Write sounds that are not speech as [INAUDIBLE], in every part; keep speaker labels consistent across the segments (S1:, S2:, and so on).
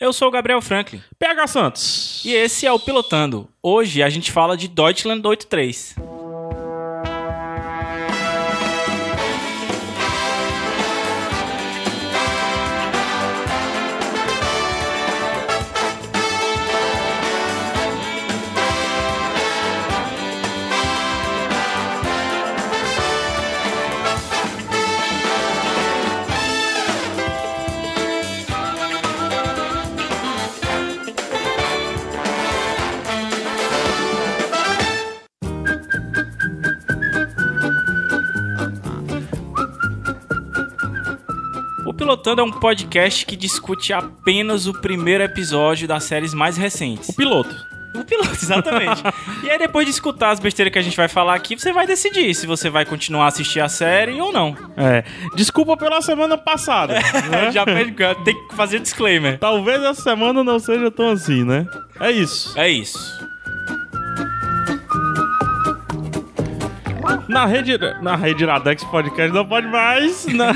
S1: Eu sou o Gabriel Franklin.
S2: PH Santos.
S1: E esse é o Pilotando. Hoje a gente fala de Deutschland 83. O Pilotando é um podcast que discute apenas o primeiro episódio das séries mais recentes.
S2: O piloto.
S1: O piloto,
S2: [LAUGHS]
S1: exatamente. e aí, depois de escutar as besteiras que a gente vai falar aqui, você vai decidir se você vai continuar a assistir a série ou
S2: [LAUGHS]
S1: não.
S2: É. Desculpa pela semana passada. né?
S1: Já pede, tem que fazer disclaimer.
S2: Talvez essa semana não seja tão assim, né? É isso.
S1: É isso.
S2: Na rede, na rede Iradex Podcast não pode mais. Na-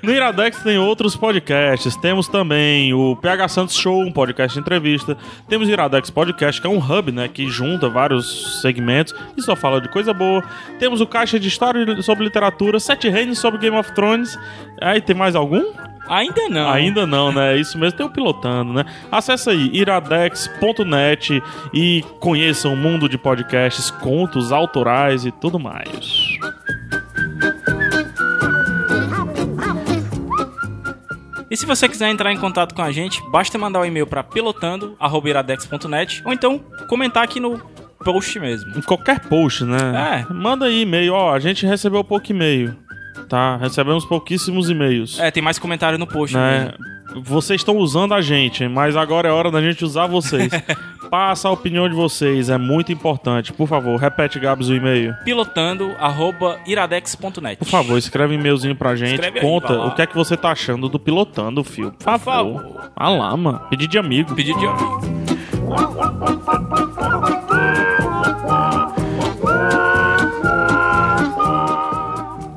S2: no Iradex tem outros podcasts. Temos também o PH Santos Show, um podcast de entrevista. Temos o Iradex Podcast, que é um hub, né? Que junta vários segmentos e só fala de coisa boa. Temos o Caixa de História sobre Literatura, Sete Reinos sobre Game of Thrones. Aí tem mais algum?
S1: Ainda não.
S2: Ainda não, né? É Isso mesmo, tem o pilotando, né? Acesse aí iradex.net e conheça o mundo de podcasts, contos autorais e tudo mais.
S1: E se você quiser entrar em contato com a gente, basta mandar um e-mail para pilotando@iradex.net ou então comentar aqui no post mesmo.
S2: Em qualquer post,
S1: É.
S2: né? Manda aí e-mail, ó, a gente recebeu pouco e-mail, tá? Recebemos pouquíssimos e-mails.
S1: É, tem mais comentário no post.
S2: né?
S1: mesmo.
S2: Vocês estão usando a gente, mas agora é hora da gente usar
S1: [LAUGHS]
S2: vocês. Passa a opinião de vocês, é muito importante. Por favor, repete, Gabs, o e-mail.
S1: pilotando@iradex.net.
S2: Por favor, escreve um e-mailzinho pra gente.
S1: Escreve aí,
S2: conta
S1: vai lá.
S2: o que é que você tá achando do pilotando o filme. Por favor.
S1: favor.
S2: Ah lá, mano. Pedido de amigo.
S1: Pedido de amigo.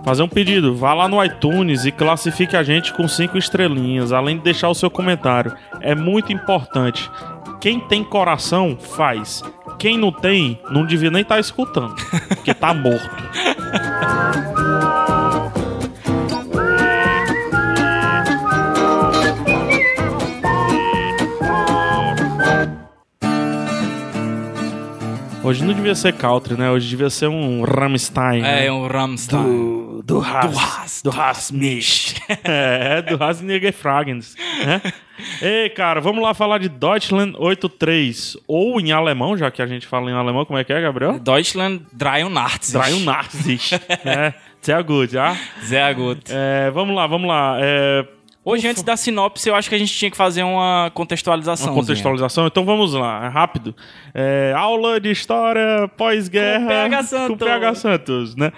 S2: Fazer um pedido. Vá lá no iTunes e classifique a gente com cinco estrelinhas, além de deixar o seu comentário. É muito importante. Quem tem coração, faz. Quem não tem, não devia nem estar escutando. Porque tá morto. Hoje não devia ser country, né? Hoje devia ser um Rammstein. né?
S1: É, um Ramstein.
S2: do do Haas, [LAUGHS] do Haas Misch. é, do Haas Fragens, né? Ei, cara, vamos lá falar de Deutschland 83 ou em alemão, já que a gente fala em alemão, como é que é, Gabriel?
S1: Deutschland Dreien Nazis.
S2: Drayon Nazis. [LAUGHS] é, sehr gut, ja?
S1: Zé Guto.
S2: É, vamos lá, vamos lá. É,
S1: Hoje, antes da sinopse, eu acho que a gente tinha que fazer uma contextualização.
S2: uma contextualização, então vamos lá, é rápido. É, aula de história pós-guerra.
S1: Com PH Santos.
S2: Com PH Santos, né?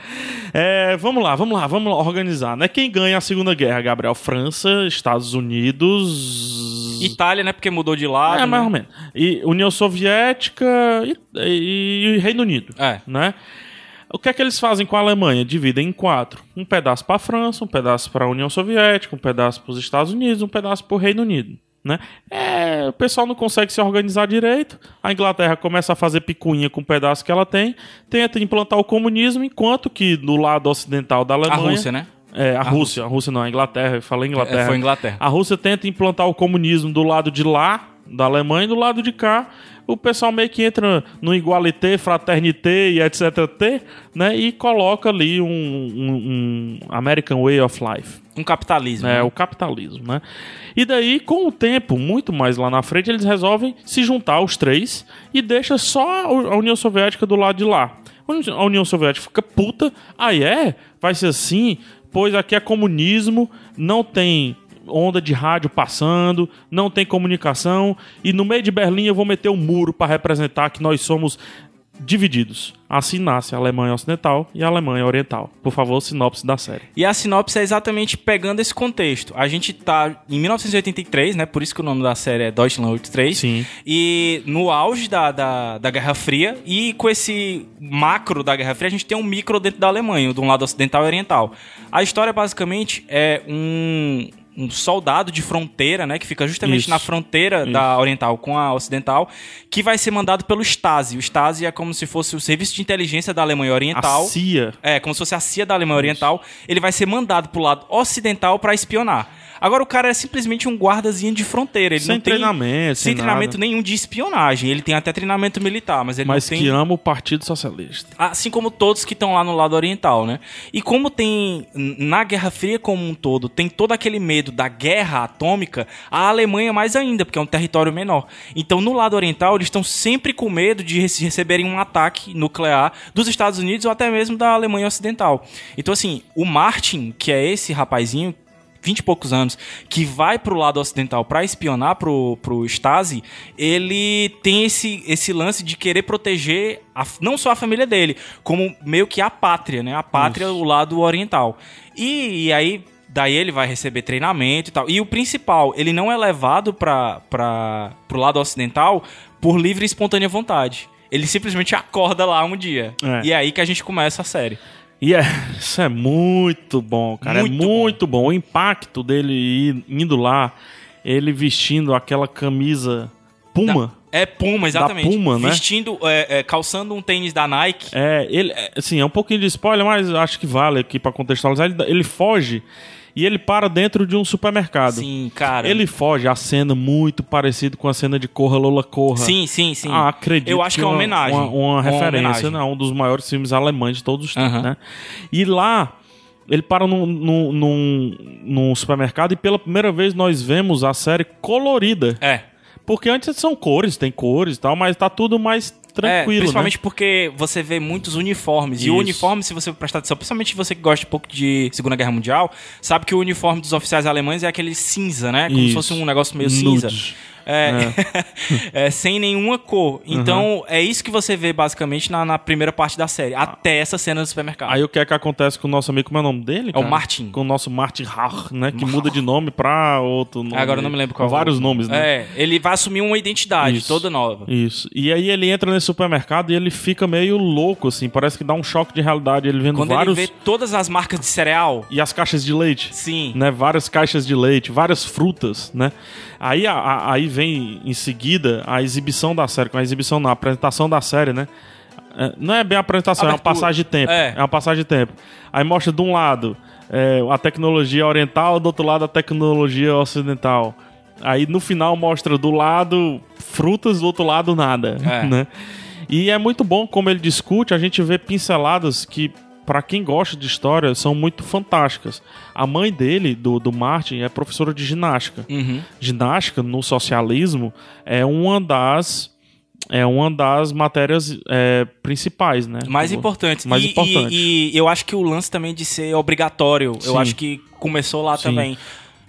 S2: É, vamos lá, vamos lá, vamos lá organizar, né? Quem ganha a Segunda Guerra, Gabriel? França, Estados Unidos.
S1: Itália, né? Porque mudou de lado.
S2: É, mais ou
S1: né?
S2: menos. E União Soviética e, e- e Reino Unido,
S1: É.
S2: né? O que é que eles fazem com a Alemanha? Dividem em quatro. Um pedaço para a França, um pedaço para a União Soviética, um pedaço para os Estados Unidos, um pedaço para o Reino Unido. Né? É, o pessoal não consegue se organizar direito. A Inglaterra começa a fazer picuinha com o pedaço que ela tem, tenta implantar o comunismo, enquanto que do lado ocidental da
S1: A
S2: Alemanha.
S1: Rússia, né?
S2: É, a, Rússia, a Rússia não, a Inglaterra, eu falei Inglaterra.
S1: É, foi Inglaterra.
S2: A Rússia tenta implantar o comunismo do lado de lá, da Alemanha, e do lado de cá. O pessoal meio que entra no igualité, fraternité e etc. T, né? E coloca ali um, um- um American Way of Life,
S1: Um capitalismo.
S2: né? O capitalismo, né? E daí, com o tempo, muito mais lá na frente, eles resolvem se juntar os três e deixa só a União Soviética do lado de lá. A União Soviética fica puta, aí é, vai ser assim, pois aqui é comunismo, não tem onda de rádio passando, não tem comunicação, e no meio de Berlim eu vou meter um muro para representar que nós somos divididos. Assim nasce a Alemanha Ocidental e a Alemanha Oriental. Por favor, sinopse da série.
S1: E a sinopse é exatamente pegando esse contexto. A gente tá em 1983, né? Por isso que o nome da série é Deutschland 83.
S2: Sim.
S1: E no auge da, da, da Guerra Fria, e com esse macro da Guerra Fria, a gente tem um micro dentro da Alemanha, de um lado ocidental e oriental. A história, basicamente, é um, um soldado de fronteira, né? Que fica justamente
S2: Isso.
S1: na fronteira da oriental com a ocidental, que vai ser mandado pelo Stasi. O Stasi é como se fosse o serviço de inteligência da Alemanha
S2: A
S1: Oriental.
S2: CIA.
S1: É, como se fosse a CIA da Alemanha Oriental. Ele vai ser mandado pro lado ocidental pra espionar. Agora o cara é simplesmente um guardazinho de fronteira. Ele
S2: Sem
S1: não tem
S2: treinamento, sem
S1: sem treinamento
S2: nada.
S1: nenhum de espionagem. Ele tem até treinamento militar, mas ele
S2: Mas
S1: não tem
S2: que ama o Partido Socialista.
S1: assim como todos que estão lá no lado oriental, né? E como tem na Guerra Fria como um todo, tem todo aquele medo da guerra atômica, a Alemanha mais ainda, porque é um território menor. Então, no lado oriental, eles estão sempre com medo de rece- receberem um ataque nuclear dos Estados Unidos ou até mesmo da Alemanha Ocidental. Então, assim, o Martin, que é esse rapazinho 20 e poucos anos, que vai pro lado ocidental pra espionar pro, pro Stasi, ele tem esse, esse lance de querer proteger a- não só a família dele, como meio que a pátria, né? A pátria, o lado oriental. E, e aí, daí ele vai receber treinamento e tal. E o principal, ele não é levado pra, pra, pro lado ocidental por livre e espontânea vontade. Ele simplesmente acorda lá um dia.
S2: É.
S1: E é aí que a gente começa a série.
S2: E é, isso é muito bom, cara.
S1: Muito
S2: é
S1: bom.
S2: muito bom. O impacto dele ir- indo lá, ele vestindo aquela camisa Puma.
S1: É Puma, exatamente.
S2: Puma, né?
S1: Vestindo, é, é, calçando um tênis da Nike.
S2: É, ele, é, assim, é um pouquinho de spoiler, mas acho que vale aqui pra contextualizar. Ele, ele foge e ele para dentro de um supermercado.
S1: Sim, cara.
S2: Ele foge, a cena muito parecida com a cena de Corra Lola Corra.
S1: Sim, sim, sim.
S2: Ah, acredito.
S1: Eu acho que é uma homenagem.
S2: Uma, uma
S1: Uma
S2: referência,
S1: homenagem.
S2: né? Um dos maiores filmes alemães de todos os tempos,
S1: Aham.
S2: né? E lá, ele para num, num, num- num supermercado e pela primeira vez nós vemos a série colorida.
S1: É.
S2: Porque antes são cores, tem cores e tal, mas tá tudo mais tranquilo,
S1: é,
S2: né?
S1: principalmente porque você vê muitos uniformes. E
S2: Isso.
S1: o uniforme, se você prestar atenção, principalmente você que gosta um pouco de Segunda Guerra Mundial, sabe que o uniforme dos oficiais alemães é aquele cinza, né? Como
S2: Isso.
S1: se fosse um negócio meio cinza.
S2: Nudes.
S1: É, [LAUGHS] é, sem nenhuma cor. Então, é isso que você vê basicamente na, na primeira parte da série. Até essa cena do supermercado.
S2: Aí o que é que acontece com o nosso amigo, como é o nome dele?
S1: é o
S2: cara?
S1: Martin.
S2: Com o nosso Martin Rach, né? Que muda de nome pra outro nome.
S1: Agora eu não me lembro qual. é o
S2: Vários
S1: outro.
S2: nomes, né?
S1: É, ele vai assumir uma identidade
S2: Isso.
S1: toda nova.
S2: Isso. E aí ele entra nesse supermercado e ele fica meio louco, assim. Parece que dá um choque de realidade. Ele vendo
S1: Quando
S2: vários.
S1: ele vê todas as marcas de cereal,
S2: E as caixas de leite.
S1: sim.
S2: Né, várias caixas de leite, várias frutas, né? Aí, a- a- aí vem em seguida a exibição da série, com a exibição, não, a apresentação da série, né? É, Não é bem a apresentação, é
S1: Abertura.
S2: uma passagem de tempo.
S1: É.
S2: É. uma passagem de tempo. Aí mostra de um lado é, a tecnologia oriental, do outro lado a tecnologia ocidental. Aí no final mostra do lado frutas, do outro lado nada,
S1: É.
S2: né? E é muito bom como ele discute, a gente vê pinceladas que, pra quem gosta de história, são muito fantásticas. A mãe dele, do, do Martin, é professora de ginástica.
S1: Uhum.
S2: Ginástica, no socialismo, é uma das, é uma das matérias é, principais, né?
S1: Mais
S2: Do-
S1: importante.
S2: Mais
S1: e,
S2: importante.
S1: E, e eu acho que o lance também de ser obrigatório,
S2: Sim.
S1: eu acho que começou lá
S2: Sim.
S1: também.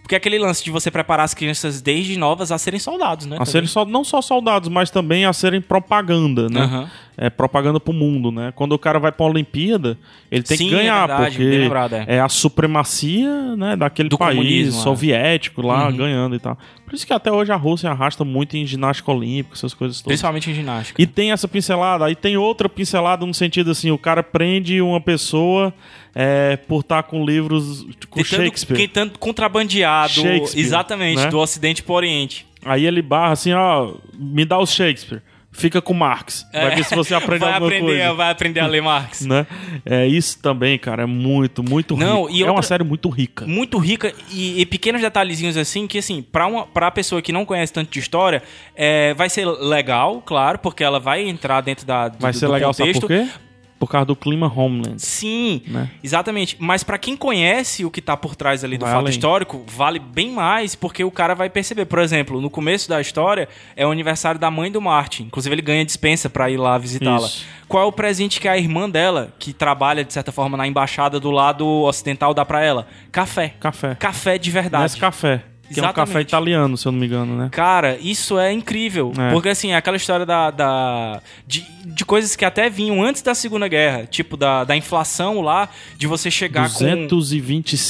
S1: Porque é aquele lance de você preparar as crianças desde novas a serem soldados, né?
S2: A serem sol- não só soldados, mas também a serem propaganda, né?
S1: Aham.
S2: É propaganda pro mundo, né? Quando o cara vai pra Olimpíada, ele tem
S1: Sim,
S2: que ganhar,
S1: é verdade,
S2: porque
S1: bem lembrado, é.
S2: é a supremacia né, daquele
S1: Do
S2: país
S1: comunismo, é.
S2: soviético lá
S1: Uhum.
S2: ganhando e tal. Por isso que até hoje a Rússia arrasta muito em ginástica olímpica, essas coisas todas.
S1: Principalmente em ginástica.
S2: E tem essa pincelada, aí tem outra pincelada no sentido assim, o cara prende uma pessoa é, por estar com livros com
S1: Tentando-
S2: Shakespeare.
S1: Tentando contrabandeado,
S2: Shakespeare,
S1: exatamente,
S2: né?
S1: do Ocidente pro Oriente.
S2: Aí ele barra assim, ó, me dá os Shakespeare, fica com Marx, vai ver se você aprende
S1: É, vai,
S2: alguma
S1: aprender,
S2: coisa.
S1: vai aprender a ler Marx.
S2: Né? É isso também, cara, é muito, muito
S1: Não,
S2: rico.
S1: e
S2: é uma
S1: outra-
S2: série muito rica.
S1: muito rica e, e pequenos detalhezinhos assim que assim para uma para pessoa que não conhece tanto de história é, vai ser legal claro porque ela vai entrar dentro da do,
S2: Vai
S1: do
S2: ser legal,
S1: contexto.
S2: sabe por quê? Por causa do clima Homeland.
S1: sim
S2: Né?
S1: exatamente mas para quem conhece o que tá por trás ali do
S2: Vai
S1: fato
S2: além.
S1: histórico vale bem mais porque o cara vai perceber por exemplo no começo da história é o aniversário da mãe do Martin inclusive ele ganha dispensa para ir lá visitá-la
S2: Isso.
S1: qual é o presente que a irmã dela que trabalha de certa forma na embaixada do lado ocidental dá para ela café
S2: Café.
S1: café de verdade
S2: Nesse café. Que é um
S1: Exatamente.
S2: café italiano, se eu não me engano, né?
S1: Cara, isso é incrível.
S2: É.
S1: Porque, assim, é aquela história da, da- de, de coisas que até vinham antes da Segunda Guerra. Tipo, da, da inflação lá, de você chegar com...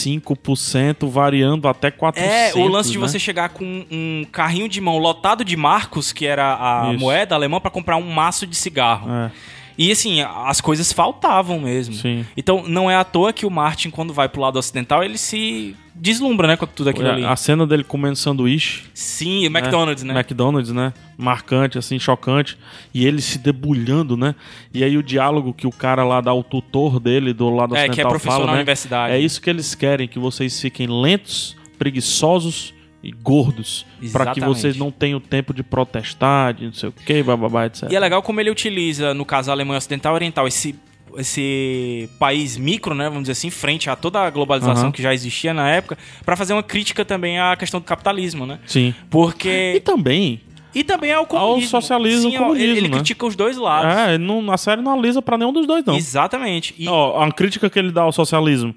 S2: 225% variando até 400%.
S1: É, o lance de
S2: né?
S1: você chegar com um carrinho de mão lotado de marcos, que era a
S2: Isso.
S1: moeda alemã, pra comprar um maço de cigarro.
S2: É.
S1: E assim, as coisas faltavam mesmo.
S2: Sim.
S1: Então não é à toa que o Martin, quando vai pro lado ocidental, ele se deslumbra, né, com tudo aquilo ali.
S2: É, A cena dele comendo sanduíche.
S1: Sim, McDonald's, né?
S2: McDonald's, né? Marcante, assim, chocante. E ele se debulhando, né? E aí o diálogo que o cara lá dá, o tutor dele do lado
S1: É,
S2: ocidental
S1: que é professor
S2: fala,
S1: na
S2: né?
S1: universidade.
S2: É isso que eles querem, que vocês fiquem lentos, preguiçosos e gordos. Pra que
S1: Exatamente.
S2: vocês não tenham tempo de protestar, de não sei o que, bababá, etc.
S1: E é legal como ele utiliza, no caso, a Alemanha Ocidental e Oriental, esse, esse país micro, né, vamos dizer assim, frente a toda a globalização
S2: Aham.
S1: que já existia na época, pra fazer uma crítica também à questão do capitalismo, né?
S2: Sim. E
S1: Porque.
S2: também,
S1: E também ao comunismo.
S2: socialismo,
S1: Sim, ao-
S2: comunismo,
S1: Ele, ele
S2: né?
S1: critica os dois lados.
S2: é, não, a série não alisa pra nenhum dos dois, não.
S1: Exatamente. E
S2: Ó, a crítica que ele dá ao socialismo.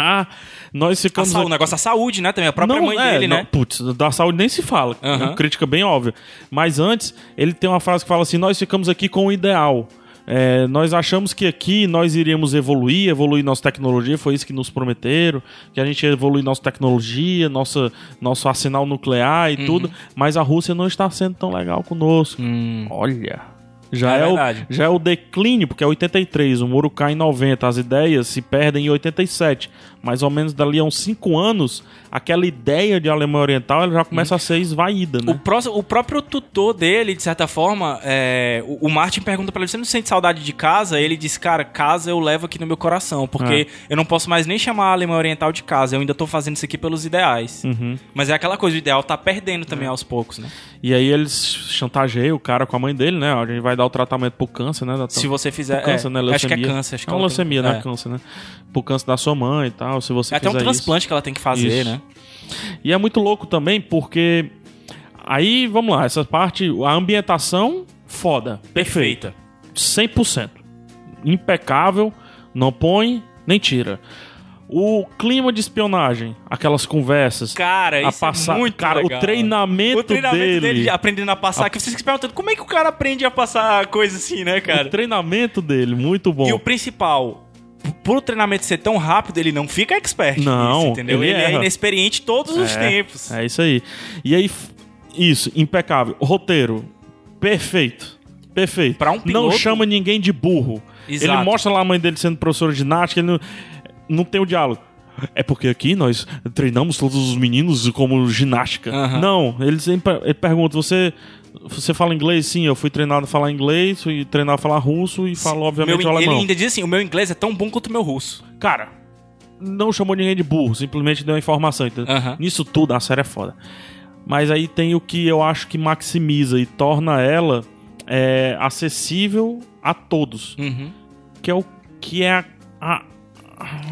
S2: Ah, nós
S1: a
S2: ficamos
S1: sa- o negócio da saúde, né? Também a própria
S2: Não,
S1: mãe
S2: é,
S1: dele,
S2: não,
S1: né?
S2: Putz, da saúde nem se fala. É uma
S1: Aham.
S2: crítica bem óbvia. Mas antes, ele tem uma frase que fala assim: Nós ficamos aqui com o ideal. É, nós achamos que aqui nós iríamos evoluir, evoluir nossa tecnologia, foi isso que nos prometeram, que a gente ia evoluir nossa tecnologia, nossa, nosso arsenal nuclear e
S1: Uhum.
S2: tudo, mas a Rússia não está sendo tão legal conosco. Olha. Já
S1: Hum. É
S2: é, o,
S1: verdade.
S2: já é o declínio, porque é 83, o muro cai em 90, as ideias se perdem em 87. Mais ou menos dali a uns 5 anos, aquela ideia de Alemanha Oriental ela já começa a ser esvaída,
S1: O,
S2: né?
S1: próximo- o próprio tutor dele, de certa forma, é, o, o Martin pergunta pra ele: você não sente saudade de casa? Ele diz, cara, casa eu levo aqui no meu coração, porque
S2: É.
S1: eu não posso mais nem chamar a Alemanha Oriental de casa, eu ainda tô fazendo isso aqui pelos ideais.
S2: Uhum.
S1: Mas é aquela coisa, o ideal tá perdendo
S2: É.
S1: também aos poucos, né?
S2: E aí eles chantageiam o cara com a mãe dele, né? Ó, A gente vai dar o tratamento pro câncer, né? Da
S1: Se você fizer.
S2: câncer,
S1: é,
S2: né? Leucemia.
S1: Acho que é câncer, acho que
S2: é uma
S1: ela tem-
S2: leucemia, né?
S1: é.
S2: Câncer, né? Pro câncer da sua mãe e tal, se você
S1: É até um
S2: quiser isso.
S1: transplante que ela tem que fazer,
S2: Isso.
S1: né?
S2: E é muito louco também porque aí, vamos lá, essa parte, a ambientação foda, perfeita. 100%. Impecável, não põe nem tira. O clima de espionagem, aquelas conversas,
S1: Cara,
S2: a
S1: isso
S2: passa-
S1: é muito
S2: cara,
S1: legal.
S2: o treinamento,
S1: O treinamento dele,
S2: dele
S1: aprendendo a passar, que vocês ficam perguntando como é que o cara aprende a passar coisa assim, né,
S2: o
S1: cara?
S2: treinamento dele, muito Então, bom.
S1: E o principal, p- pro treinamento ser tão rápido, ele não fica expert.
S2: Não,
S1: nisso, entendeu?
S2: ele
S1: Ele, é
S2: erra.
S1: inexperiente todos os
S2: É,
S1: tempos.
S2: É isso aí. E aí, f- isso, impecável. Roteiro, perfeito. Perfeito.
S1: Pra um
S2: Não
S1: piloto-
S2: chama ninguém de burro.
S1: Exato.
S2: Ele mostra lá a mãe dele sendo professora de ginástica, ele não, não tem o diálogo. É porque aqui nós treinamos todos os meninos como ginástica.
S1: Aham.
S2: Não, ele, sempre, ele pergunta, você... Você fala inglês? Sim, eu fui treinado a falar inglês, fui treinado a falar russo e falo, obviamente,
S1: Meu-
S2: o
S1: ele
S2: alemão.
S1: ainda diz assim: o meu inglês é tão bom quanto o meu russo.
S2: Cara, não chamou ninguém de burro, simplesmente deu a informação, entendeu?
S1: Aham.
S2: Nisso tudo, a série é foda. Mas aí tem o que eu acho que maximiza e torna ela é, acessível a todos,
S1: Uhum.
S2: que é o que é a. a-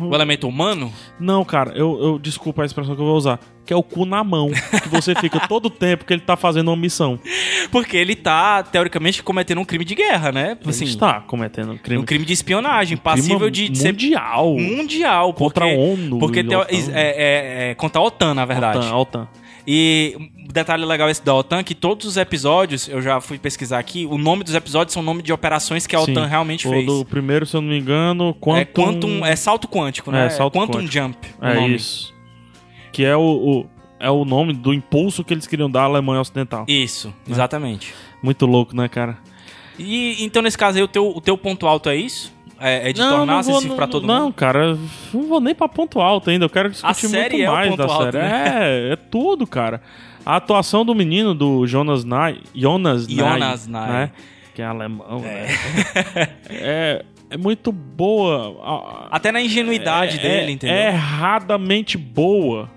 S2: Uhum.
S1: O elemento humano?
S2: Não, cara, eu, eu- desculpa a expressão que eu vou usar. Que é o cu na mão. Que você
S1: [LAUGHS]
S2: fica todo tempo que ele tá fazendo uma missão.
S1: Tipo Porque ele tá, teoricamente, cometendo um crime de guerra, né? Assim,
S2: ele está cometendo um crime.
S1: Um crime de espionagem, passível
S2: É Clima
S1: de, de ser
S2: mundial.
S1: mundial.
S2: Contra
S1: porque,
S2: a ONU
S1: Porque
S2: e
S1: teo-
S2: OTAN.
S1: é, é, é, contra a OTAN, na verdade.
S2: OTAN, OTAN.
S1: E um detalhe legal esse da OTAN, que todos os episódios, eu já fui pesquisar aqui, o nome dos episódios são nome de operações que a
S2: Sim.
S1: OTAN realmente
S2: o
S1: fez.
S2: do primeiro, se eu não me engano, Quantum...
S1: É quantum, é salto quântico, né?
S2: É, salto
S1: quantum
S2: quântico.
S1: jump. o
S2: É
S1: nome.
S2: isso. Que é o, o- é o nome do impulso que eles queriam dar à Alemanha Ocidental.
S1: Isso, exatamente.
S2: Muito louco, né, cara?
S1: E então nesse caso aí o teu, o teu ponto alto é isso? É, é de tornar
S2: vou-
S1: acessível pra todo
S2: não,
S1: mundo?
S2: cara, não vou nem pra ponto alto ainda. Eu quero discutir
S1: série
S2: muito
S1: é o
S2: mais
S1: ponto
S2: da
S1: alto, né?
S2: série. É, é tudo, cara. A atuação do menino do Jonas Nye, Jonas Nye,
S1: Jonas Nye.
S2: né? Que é alemão, né? é, é muito boa. A-
S1: Até na ingenuidade
S2: é-
S1: dele,
S2: é-
S1: entendeu?
S2: É erradamente boa.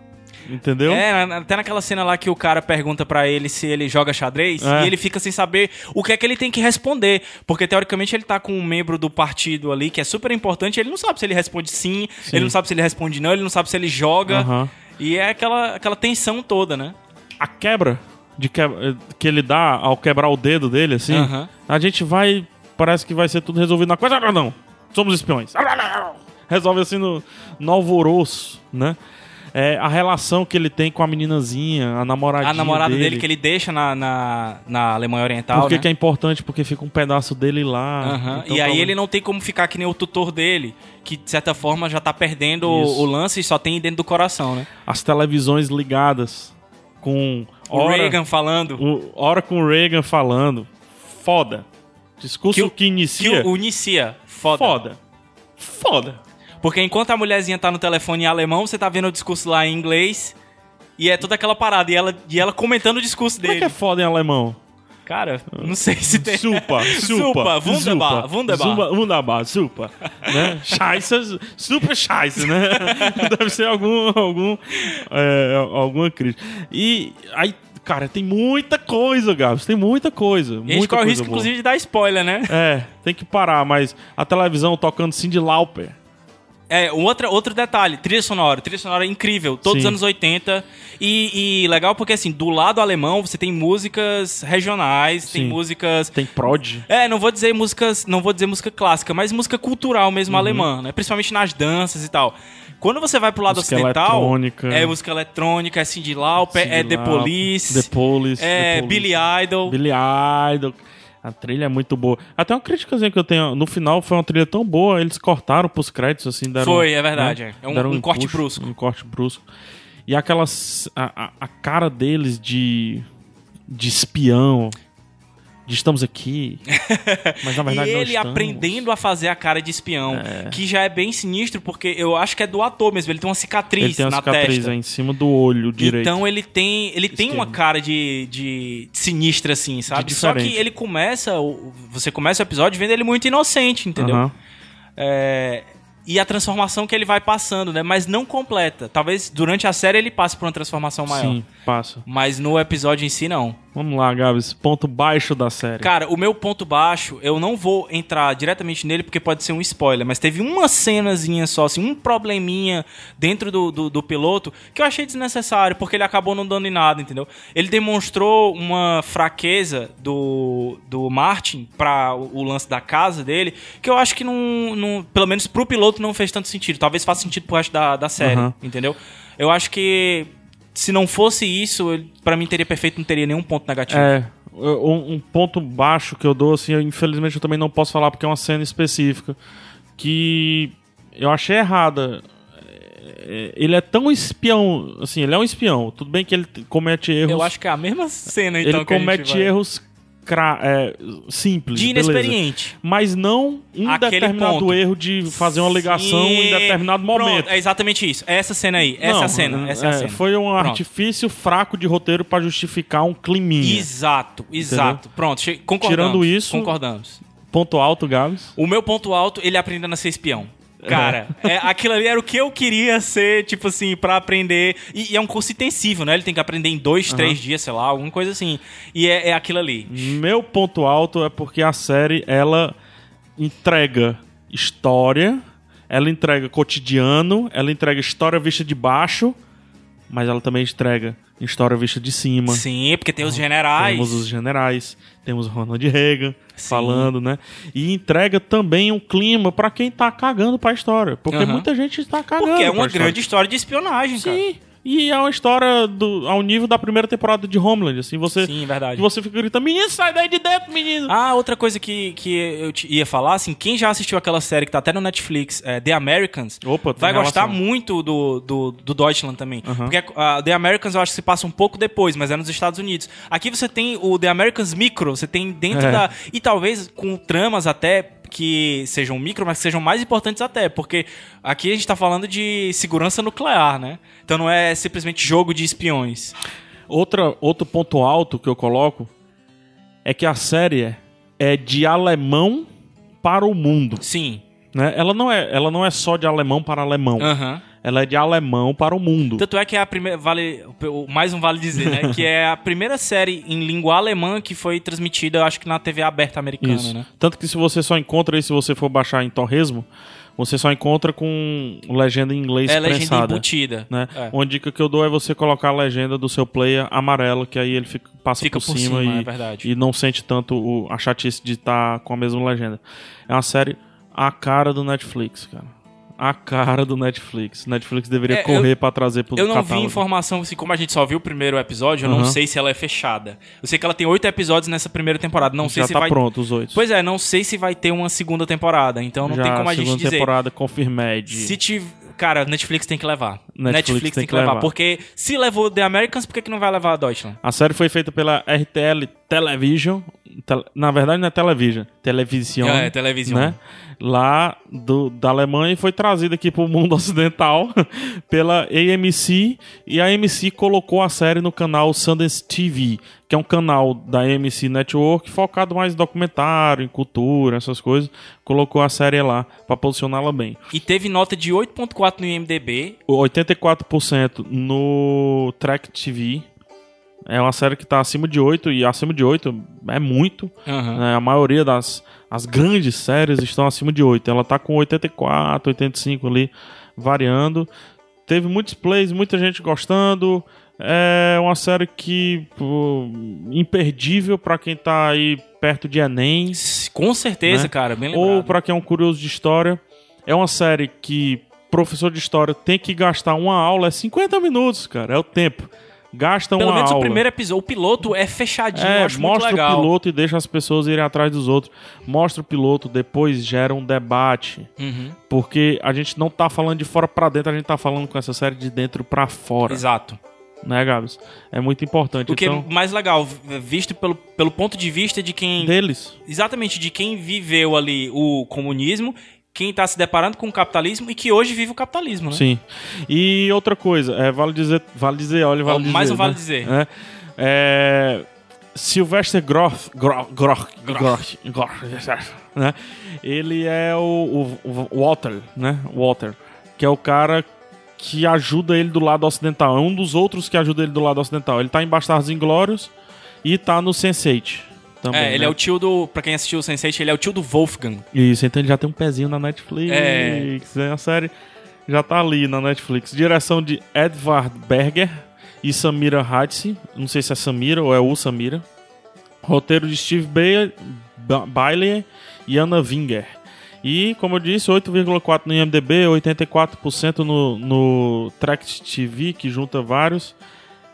S2: Entendeu?
S1: É, na- até naquela cena lá que o cara pergunta pra ele se ele joga xadrez
S2: É.
S1: e ele fica sem saber o que é que ele tem que responder. Porque teoricamente ele tá com um membro do partido ali que é super importante, ele não sabe se ele responde sim, ele não sabe se ele responde não, ele não sabe se ele joga.
S2: Aham.
S1: E é aquela, aquela tensão toda, né?
S2: a quebra de que, que ele dá ao quebrar o dedo dele, assim,
S1: Aham.
S2: a gente vai. Parece que vai ser tudo resolvido na coisa. ah, Não, não. Somos espiões. Ah, Resolve assim no, no alvoroço, né? É, a relação que ele tem com a meninazinha, a namoradinha.
S1: A namorada dele,
S2: dele,
S1: que ele deixa na, na, na Alemanha Oriental.
S2: Por que,
S1: né?
S2: que é importante? Porque fica um pedaço dele lá.
S1: Aham,
S2: Então,
S1: e aí
S2: talvez-
S1: ele não tem como ficar que nem o tutor dele, que de certa forma já tá perdendo o-
S2: Isso.
S1: o lance e só tem dentro do coração, né?
S2: As televisões ligadas com.
S1: O
S2: hora-
S1: Reagan falando.
S2: o- hora com o Reagan falando. Foda. Discurso que,
S1: Que o-
S2: inicia.
S1: Que o, o inicia. Foda.
S2: Foda. Foda.
S1: Porque enquanto a mulherzinha tá no telefone em alemão, você tá vendo o discurso lá em inglês. E é toda aquela parada. E ela, e ela comentando o discurso
S2: Como é
S1: dele.
S2: que é foda em alemão?
S1: Cara, não sei se tem.
S2: Supa,
S1: [LAUGHS]
S2: supa,
S1: Supa, wunderbar, wunderbar.
S2: Zumba- wunderbar, supa. Né? Scheiße, super scheiße, né? [LAUGHS] Deve ser algum, algum, é, alguma crise. E aí, cara, tem muita coisa, Gabs, tem muita coisa.
S1: E a gente
S2: Muita
S1: corre o
S2: coisa
S1: risco,
S2: boa.
S1: inclusive, de dar spoiler, né?
S2: É, tem que parar, mas a televisão tocando Cindy Lauper.
S1: É, um outra, outro detalhe, trilha sonora. Trilha sonora é incrível, todos os
S2: Sim.
S1: anos 80. E, e legal porque, assim, do lado alemão você tem músicas regionais, tem
S2: Sim.
S1: músicas...
S2: Tem prod.
S1: É, não vou dizer músicas, não vou dizer música clássica, mas música cultural mesmo
S2: Uhum.
S1: alemã, né? Principalmente nas danças e tal. Quando você vai pro lado
S2: Música
S1: ocidental,
S2: eletrônica.
S1: é música eletrônica, é Cyndi Lauper,
S2: Cyndi
S1: é The
S2: Lauper,
S1: Police,
S2: The Police.
S1: é
S2: The Police.
S1: Billy Idol.
S2: Billy Idol. A trilha é muito boa. Até uma criticazinha que eu tenho. No final foi uma trilha tão boa, eles cortaram pros créditos, assim. Deram,
S1: Foi, é verdade, é. É um-
S2: Deram
S1: um corte
S2: puxo,
S1: brusco.
S2: Um corte brusco. E aquelas. A, a- a cara deles de. de espião. De
S1: [LAUGHS]
S2: estamos aqui. Mas na verdade
S1: e
S2: não
S1: ele
S2: estamos.
S1: aprendendo a fazer a cara de espião, que já é bem sinistro, porque eu acho que é do ator mesmo. Ele tem uma cicatriz
S2: Ele tem uma
S1: na
S2: cicatriz
S1: testa.
S2: aí em cima do olho direito.
S1: Então ele tem, ele tem
S2: Esquerda.
S1: uma cara de, de sinistra, assim, sabe?
S2: De
S1: Só
S2: diferente.
S1: que ele começa, o- você começa o episódio vendo ele muito inocente, entendeu?
S2: Aham.
S1: É, e a transformação que ele vai passando, né? Mas não completa. Talvez durante a série ele passe por uma transformação maior.
S2: Sim, passa.
S1: Mas no episódio em si, não.
S2: Vamos lá, Gabs. Ponto baixo da série.
S1: Cara, o meu ponto baixo, eu não vou entrar diretamente nele porque pode ser um spoiler, mas teve uma cenazinha só, assim, um probleminha dentro do, do, do piloto que eu achei desnecessário, porque ele acabou não dando em nada, entendeu? Ele demonstrou uma fraqueza do, do Martin pra o, o lance da casa dele, que eu acho que não, não. Pelo menos pro piloto não fez tanto sentido. Talvez faça sentido pro resto da, da série,
S2: Aham.
S1: entendeu? Eu acho que. Se não fosse isso, ele- pra mim teria perfeito, não teria nenhum ponto negativo.
S2: É, um, um ponto baixo que eu dou, assim, eu, infelizmente eu também não posso falar porque é uma cena específica, que eu achei errada. É, Ele é tão espião, assim, ele é um espião. Tudo bem que ele t- comete erros.
S1: Eu acho que é a mesma cena, então.
S2: ele
S1: que a gente
S2: comete
S1: vai.
S2: erros cra- é, simples,
S1: De
S2: beleza.
S1: inexperiente.
S2: Mas não um
S1: Aquele
S2: determinado
S1: ponto.
S2: erro de fazer uma ligação em
S1: Sim.
S2: determinado
S1: Pronto,
S2: momento.
S1: é exatamente isso. É essa cena aí. Essa é
S2: Não,
S1: a cena. Essa é,
S2: é,
S1: a cena.
S2: Foi um
S1: Pronto.
S2: artifício fraco de roteiro pra justificar um climinha.
S1: Exato, exato. Pronto, che- concordamos.
S2: Tirando isso-
S1: Concordamos.
S2: Ponto alto, Gabs.
S1: O meu ponto alto, ele aprendendo a ser espião. Cara, é, aquilo ali era o que eu queria ser, tipo assim, pra aprender. E, e é um curso intensível, né? Ele tem que aprender em dois, três dias, sei lá, alguma coisa assim. E é, é aquilo ali.
S2: Meu ponto alto é porque a série ela entrega história, ela entrega cotidiano, ela entrega história vista de baixo, mas ela também entrega história vista de cima.
S1: Sim, porque tem os generais.
S2: Temos os generais, temos Ronald Reagan
S1: Sim.
S2: falando, né? E entrega também um clima pra quem tá cagando pra história, porque
S1: Aham.
S2: muita gente tá cagando.
S1: Porque é
S2: pra
S1: uma
S2: história.
S1: grande história de espionagem, cara.
S2: Sim. E é uma história do, ao nível da primeira temporada de Homeland, assim, você
S1: Sim, verdade.
S2: você fica gritando: "Menino, sai daí de dentro, menino!"
S1: Ah, outra coisa que, que eu te ia falar, assim, quem já assistiu aquela série que tá até no Netflix, é, The Americans,
S2: Opa, tem
S1: vai gostar
S2: relação.
S1: muito do, do, do Deutschland também.
S2: Aham.
S1: Porque ah, The Americans eu acho que se passa um pouco depois, mas é nos Estados Unidos. Aqui você tem o The Americans micro, você tem dentro
S2: É.
S1: da... E talvez com tramas até que sejam micro, mas que sejam mais importantes até, porque aqui a gente tá falando de segurança nuclear, né? Então não é simplesmente jogo de espiões.
S2: Outra, outro ponto alto que eu coloco é que a série é de alemão para o mundo.
S1: Sim.
S2: Né? Ela, não é, ela não é só de alemão para alemão.
S1: Aham.
S2: Ela é de alemão para o mundo.
S1: Ah. Tanto é que é a primeira. Vale, o- mais um vale dizer, né? que é a primeira série em língua alemã que foi transmitida, eu acho que na TV aberta americana,
S2: Isso.
S1: né?
S2: Tanto que se você só encontra aí, se você for baixar em Torresmo, você só encontra com legenda em inglês
S1: É a legenda
S2: prensada.
S1: embutida.
S2: né?
S1: É.
S2: Uma dica que eu dou é você colocar a legenda do seu player amarela, que aí ele fica, passa
S1: Fica
S2: por, cima,
S1: é
S2: e,
S1: verdade.
S2: e não sente tanto o- a chatice de estar com a mesma legenda. É uma série a cara do Netflix, cara. A cara do Netflix. Netflix deveria
S1: É,
S2: correr pra trazer pro
S1: Eu não vi
S2: catálogo.
S1: informação, assim, como a gente só viu o primeiro episódio, eu não
S2: Aham.
S1: sei se ela é fechada. Eu sei que ela tem oito episódios nessa primeira temporada, não sei
S2: Já
S1: se
S2: tá
S1: vai.
S2: pronto os oito.
S1: Pois é, não sei se vai ter uma segunda temporada, então não
S2: Já
S1: tem como a gente
S2: segunda
S1: dizer.
S2: temporada confirmed.
S1: Se tiver. Cara, Netflix tem que levar.
S2: Netflix tem que levar.
S1: Porque se levou The Americans, por que, que não vai levar a Deutschland?
S2: A série foi feita pela RTL Television, Tele- Na verdade, não é television. Televisão.
S1: É, é televisão.
S2: Né? Lá do, da Alemanha e foi trazida aqui pro mundo [LAUGHS] ocidental pela AMC. E a AMC colocou a série no canal Sundance TV, que é um canal da AMC Network focado mais em documentário, em cultura, essas coisas. Colocou a série lá pra posicioná-la bem.
S1: E teve nota de 8.4 no IMDB.
S2: 84% no Track TV. É uma série que tá acima de 8 e acima de 8 é muito.
S1: Aham.
S2: né? A maioria das as grandes séries estão acima de 8. Ela tá com 84, 85 ali, variando. Teve muitos plays, muita gente gostando. É uma série que pô, imperdível pra quem tá aí perto de Enem
S1: Com certeza,
S2: Né?
S1: cara. Bem
S2: ou
S1: lembrado.
S2: pra quem é um curioso de história. É uma série que professor de história tem que gastar uma aula, é 50 minutos, cara, é o tempo. Gasta
S1: Pelo
S2: uma
S1: menos
S2: aula.
S1: o primeiro episódio. O piloto é fechadinho, eu
S2: É,
S1: acho muito
S2: mostra o
S1: legal.
S2: piloto e deixa as pessoas irem atrás dos outros. Mostra o piloto, depois gera um debate.
S1: Uhum,
S2: Porque a gente não tá falando de fora pra dentro, a gente tá falando com essa série de dentro pra fora.
S1: Exato.
S2: Né, Gabs? É muito importante.
S1: O que
S2: então,
S1: é mais legal, v- visto pelo, pelo ponto de vista de quem.
S2: deles.
S1: Exatamente, de quem viveu ali o comunismo, quem tá se deparando com o capitalismo e que hoje vive o capitalismo, né?
S2: Sim. E outra coisa, é, vale dizer, vale dizer, olha, vale dizer.
S1: Mais um
S2: né?
S1: vale dizer.
S2: É. É, Sylvester Groth, Groth, Groth, Groth, né? Ele é o, o- o Walter, né? Walter, que é o cara que ajuda ele do lado ocidental. É um dos outros que ajuda ele do lado ocidental. Ele tá em Bastardos Inglórios e tá no Sense8 também.
S1: É, ele
S2: né?
S1: é o tio do. Pra quem assistiu o Sense8, ele é o tio do Wolfgang.
S2: Isso, então ele já tem um pezinho na Netflix.
S1: É.
S2: É. A série já tá ali na Netflix. Direção de Edvard Berger e Samira Hatsi. Não sei se é Samira ou é o Samira. Roteiro de Steve Bayer- Ba- Bailey e Anna Winger. E, como eu disse, 8,4% no IMDB, 84% no, no Tract TV, que junta vários.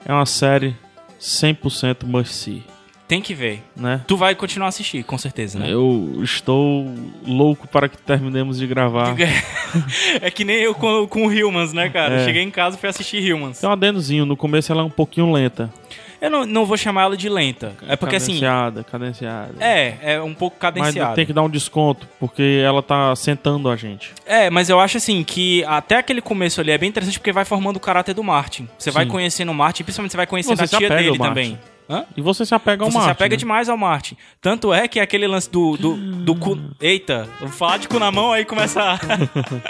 S2: É uma série 100% must-see,
S1: Tem que ver.
S2: né?
S1: Tu vai continuar a assistir, com certeza, né?
S2: Eu estou louco para que terminemos de gravar.
S1: [LAUGHS] É que nem eu com, com o Humans, né, cara?
S2: Ah. É.
S1: Cheguei em casa e fui assistir Humans.
S2: Tem um adendozinho, no começo ela é um pouquinho lenta.
S1: Eu não, não vou chamar ela de lenta. É porque assim.
S2: cadenciada, Cadenciada,
S1: É, é um pouco
S2: Mas
S1: cadenciada.
S2: tem que dar um desconto, porque ela tá sentando a gente.
S1: É, mas eu acho assim que até aquele começo ali é bem interessante porque vai formando o caráter do Martin. Você vai
S2: Sim.
S1: conhecendo o Martin, principalmente você vai conhecendo
S2: Você
S1: a
S2: se
S1: tia
S2: apega
S1: dele
S2: ao
S1: também. Hã?
S2: E você se apega ao
S1: Você se
S2: Martin,
S1: apega
S2: né?
S1: demais ao Martin. Tanto é que aquele lance do. do, do cu... Eita, eu vou falar de cu na mão, aí começa.
S2: [LAUGHS]
S1: a-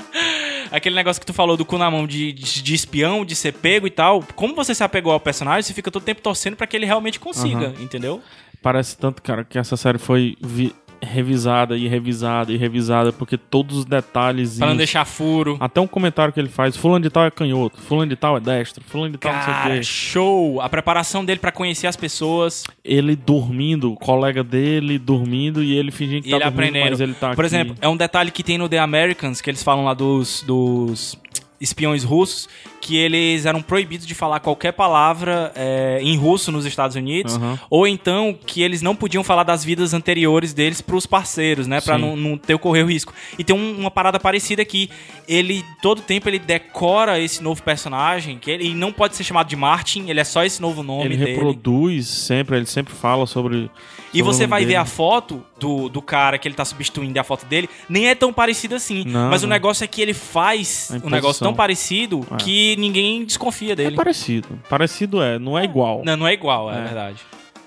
S1: aquele negócio que tu falou do cu na mão de, de, de espião, de ser pego e tal. Como você se apegou ao personagem, você fica todo tempo torcendo pra que ele realmente consiga, entendeu?
S2: Parece tanto, cara, que essa série foi vi- revisada e revisada e revisada, porque todos os detalhes...
S1: Pra não deixar furo.
S2: Até um comentário que ele faz, fulano de tal é canhoto, fulano de tal é destro, fulano de tal não sei
S1: Cara,
S2: o quê.
S1: show! A preparação dele pra conhecer as pessoas.
S2: Ele dormindo, o colega dele dormindo e ele fingindo que
S1: E
S2: tá
S1: ele
S2: dormindo,
S1: aprendendo.
S2: mas ele tá
S1: Por
S2: aqui.
S1: exemplo, é um detalhe que tem no The Americans, que eles falam lá dos, dos espiões russos, que eles eram proibidos de falar qualquer palavra é, em russo nos Estados Unidos,
S2: Aham.
S1: ou então que eles não podiam falar das vidas anteriores deles pros parceiros, né? Pra
S2: Sim.
S1: não, não ter ocorrer o risco. E tem um- uma parada parecida aqui. Ele, todo tempo, ele decora esse novo personagem, que ele, ele não pode ser chamado de Martin, ele é só esse novo nome
S2: ele
S1: dele.
S2: reproduz sempre, ele sempre fala
S1: E
S2: sobre. sobre é o
S1: você
S2: nome
S1: vai ver
S2: dele.
S1: a foto do, do cara que ele tá substituindo e a foto dele, nem é tão parecida assim.
S2: Não,
S1: mas o
S2: não.
S1: negócio é que ele faz
S2: A
S1: um
S2: imposição.
S1: negócio tão parecido
S2: É.
S1: que ninguém desconfia
S2: É
S1: dele.
S2: parecido. Parecido é, não é igual.
S1: Não, não é igual, é,
S2: É.
S1: verdade.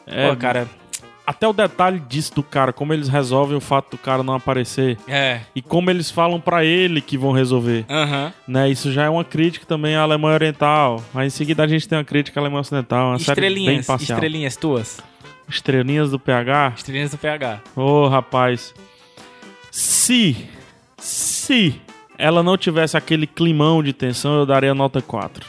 S2: É,
S1: Pô, cara,
S2: Até o detalhe disso do cara, como eles resolvem o fato do cara não aparecer.
S1: é.
S2: E como eles falam pra ele que vão resolver.
S1: Aham.
S2: Né? Isso já é uma crítica também à Alemanha Oriental. Aí em seguida a gente tem uma crítica à Alemanha Ocidental. Uma série bem
S1: Estrelinhas,
S2: parcial.
S1: estrelinhas tuas.
S2: Estrelinhas do PH.
S1: Estrelinhas do PH.
S2: Ô, rapaz. Se. Se ela não tivesse aquele climão de tensão, eu daria nota 4.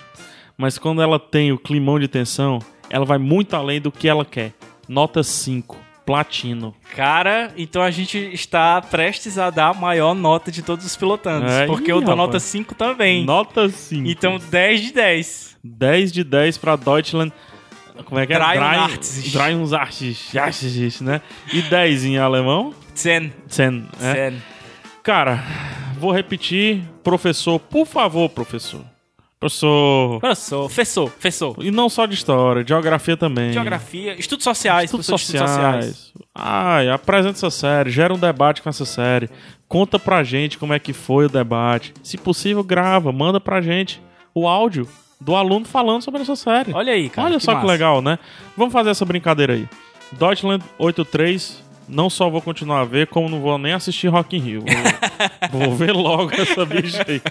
S2: Mas quando ela tem o climão de tensão, ela vai muito além do que ela quer. Nota 5. Platino.
S1: Cara, então a gente está prestes a dar a maior nota de todos os pilotandos.
S2: É,
S1: porque
S2: ih,
S1: eu dou
S2: rapaz.
S1: nota 5 também.
S2: Nota 5.
S1: Então 10 de 10.
S2: 10 de 10 pra Deutschland. Como é que é?
S1: Dreiunartzig.
S2: Dreiunartzig, né? E 10 em alemão?
S1: Zen.
S2: 10. É.
S1: Zen.
S2: Cara, vou repetir. Professor, por favor, professor. Professor.
S1: Professor, fessor, fessor.
S2: E não só de história, de geografia também.
S1: Geografia, estudos sociais,
S2: Estudos
S1: professor de estudos sociais.
S2: sociais. Ai, apresenta essa série, gera um debate com essa série. Conta pra gente como é que foi o debate. Se possível, grava, manda pra gente o áudio do aluno falando sobre essa série.
S1: Olha aí, cara.
S2: Olha só que
S1: massa.
S2: legal, né? Vamos fazer essa brincadeira aí. Deutschland 83, não só vou continuar a ver, como não vou nem assistir Rock in Rio.
S1: [LAUGHS]
S2: Vou, vou ver logo essa bicha aí.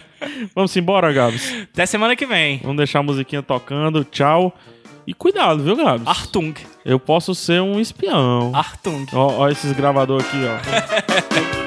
S2: Vamos embora, Gabs.
S1: Até semana que vem.
S2: Vamos deixar a musiquinha tocando. Tchau. E cuidado, viu, Gabs?
S1: Artung.
S2: Eu posso ser um espião.
S1: Artung.
S2: Ó, ó esses gravadores aqui, ó.